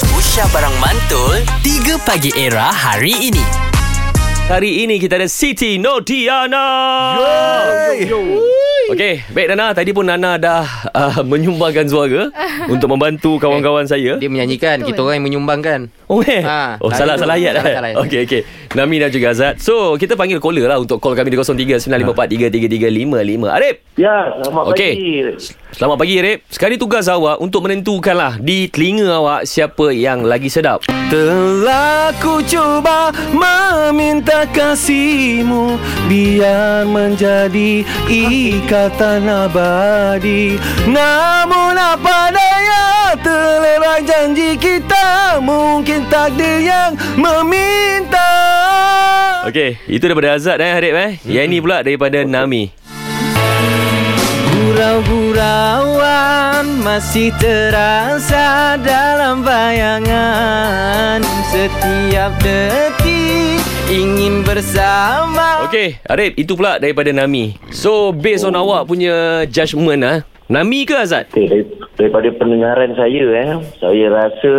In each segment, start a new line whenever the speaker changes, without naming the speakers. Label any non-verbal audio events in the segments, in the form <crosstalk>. Syah Barang Mantul 3 Pagi Era hari ini
Hari ini kita ada Siti Nodiana. Okey, baik Nana, tadi pun Nana dah uh, menyumbangkan
<laughs>
suara untuk membantu kawan-kawan saya.
Dia menyanyikan Kita orang yang menyumbangkan
Oh, eh.
Ha,
oh
tadi
salah
tu-
salah ayat
salah, salah
dah.
ayat.
Okey okey. Nami dan juga Azat. So, kita panggil caller lah untuk call kami di 0395433355. Arif.
Ya, selamat
Okey.
pagi.
Selamat pagi Arif. Sekarang ni tugas awak untuk menentukan lah di telinga awak siapa yang lagi sedap.
Telah ku cuba meminta kasihmu Biar menjadi ikatan abadi Namun apa daya terlerai janji kita Mungkin takdir yang meminta
Okey, itu daripada Azat eh Arif eh. Yang
Hmm.
ini pula daripada Nami.
Gurau-gurauan masih terasa dalam bayangan Setiap detik ingin bersama
Okey, Arif, itu pula daripada Nami. So, based on awak punya judgement ah, Nami ke Azad? <laughs>
Okay, Eh, dari- daripada pendengaran saya eh, saya rasa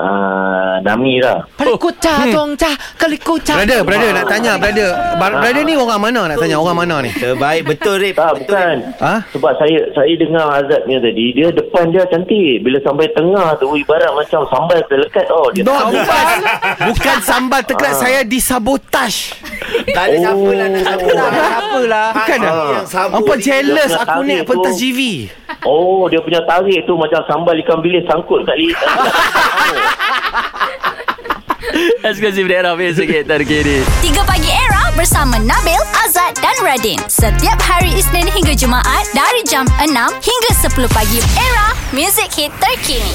uh, Nami lah.
Palikuta tongca Kalikuta
Brother, brother nak tanya brother. Bar- brother ni orang mana nak tanya? Orang mana ni?
Terbaik betul Rip.
Tak, bukan.
Ha?
Sebab saya saya dengar Azad punya tadi, dia depan dia cantik. Bila sampai tengah tu, ibarat macam sambal terlekat. Oh, dia
No, bukan. bukan sambal teklat saya disabotaj.
Tak ada siapa lah Nak siapa lah Siapa lah
Bukan dah. Apa jealous aku ni pentas GV.
Oh, dia punya tarik tu macam sambal ikan bilis sangkut kat lidah.
<laughs>
Eksklusif daerah Face Sikit terkini.
3 Pagi Era bersama Nabil, Azad dan Radin. Setiap hari Isnin hingga Jumaat dari jam 6 hingga 10 pagi. Era, music hit terkini.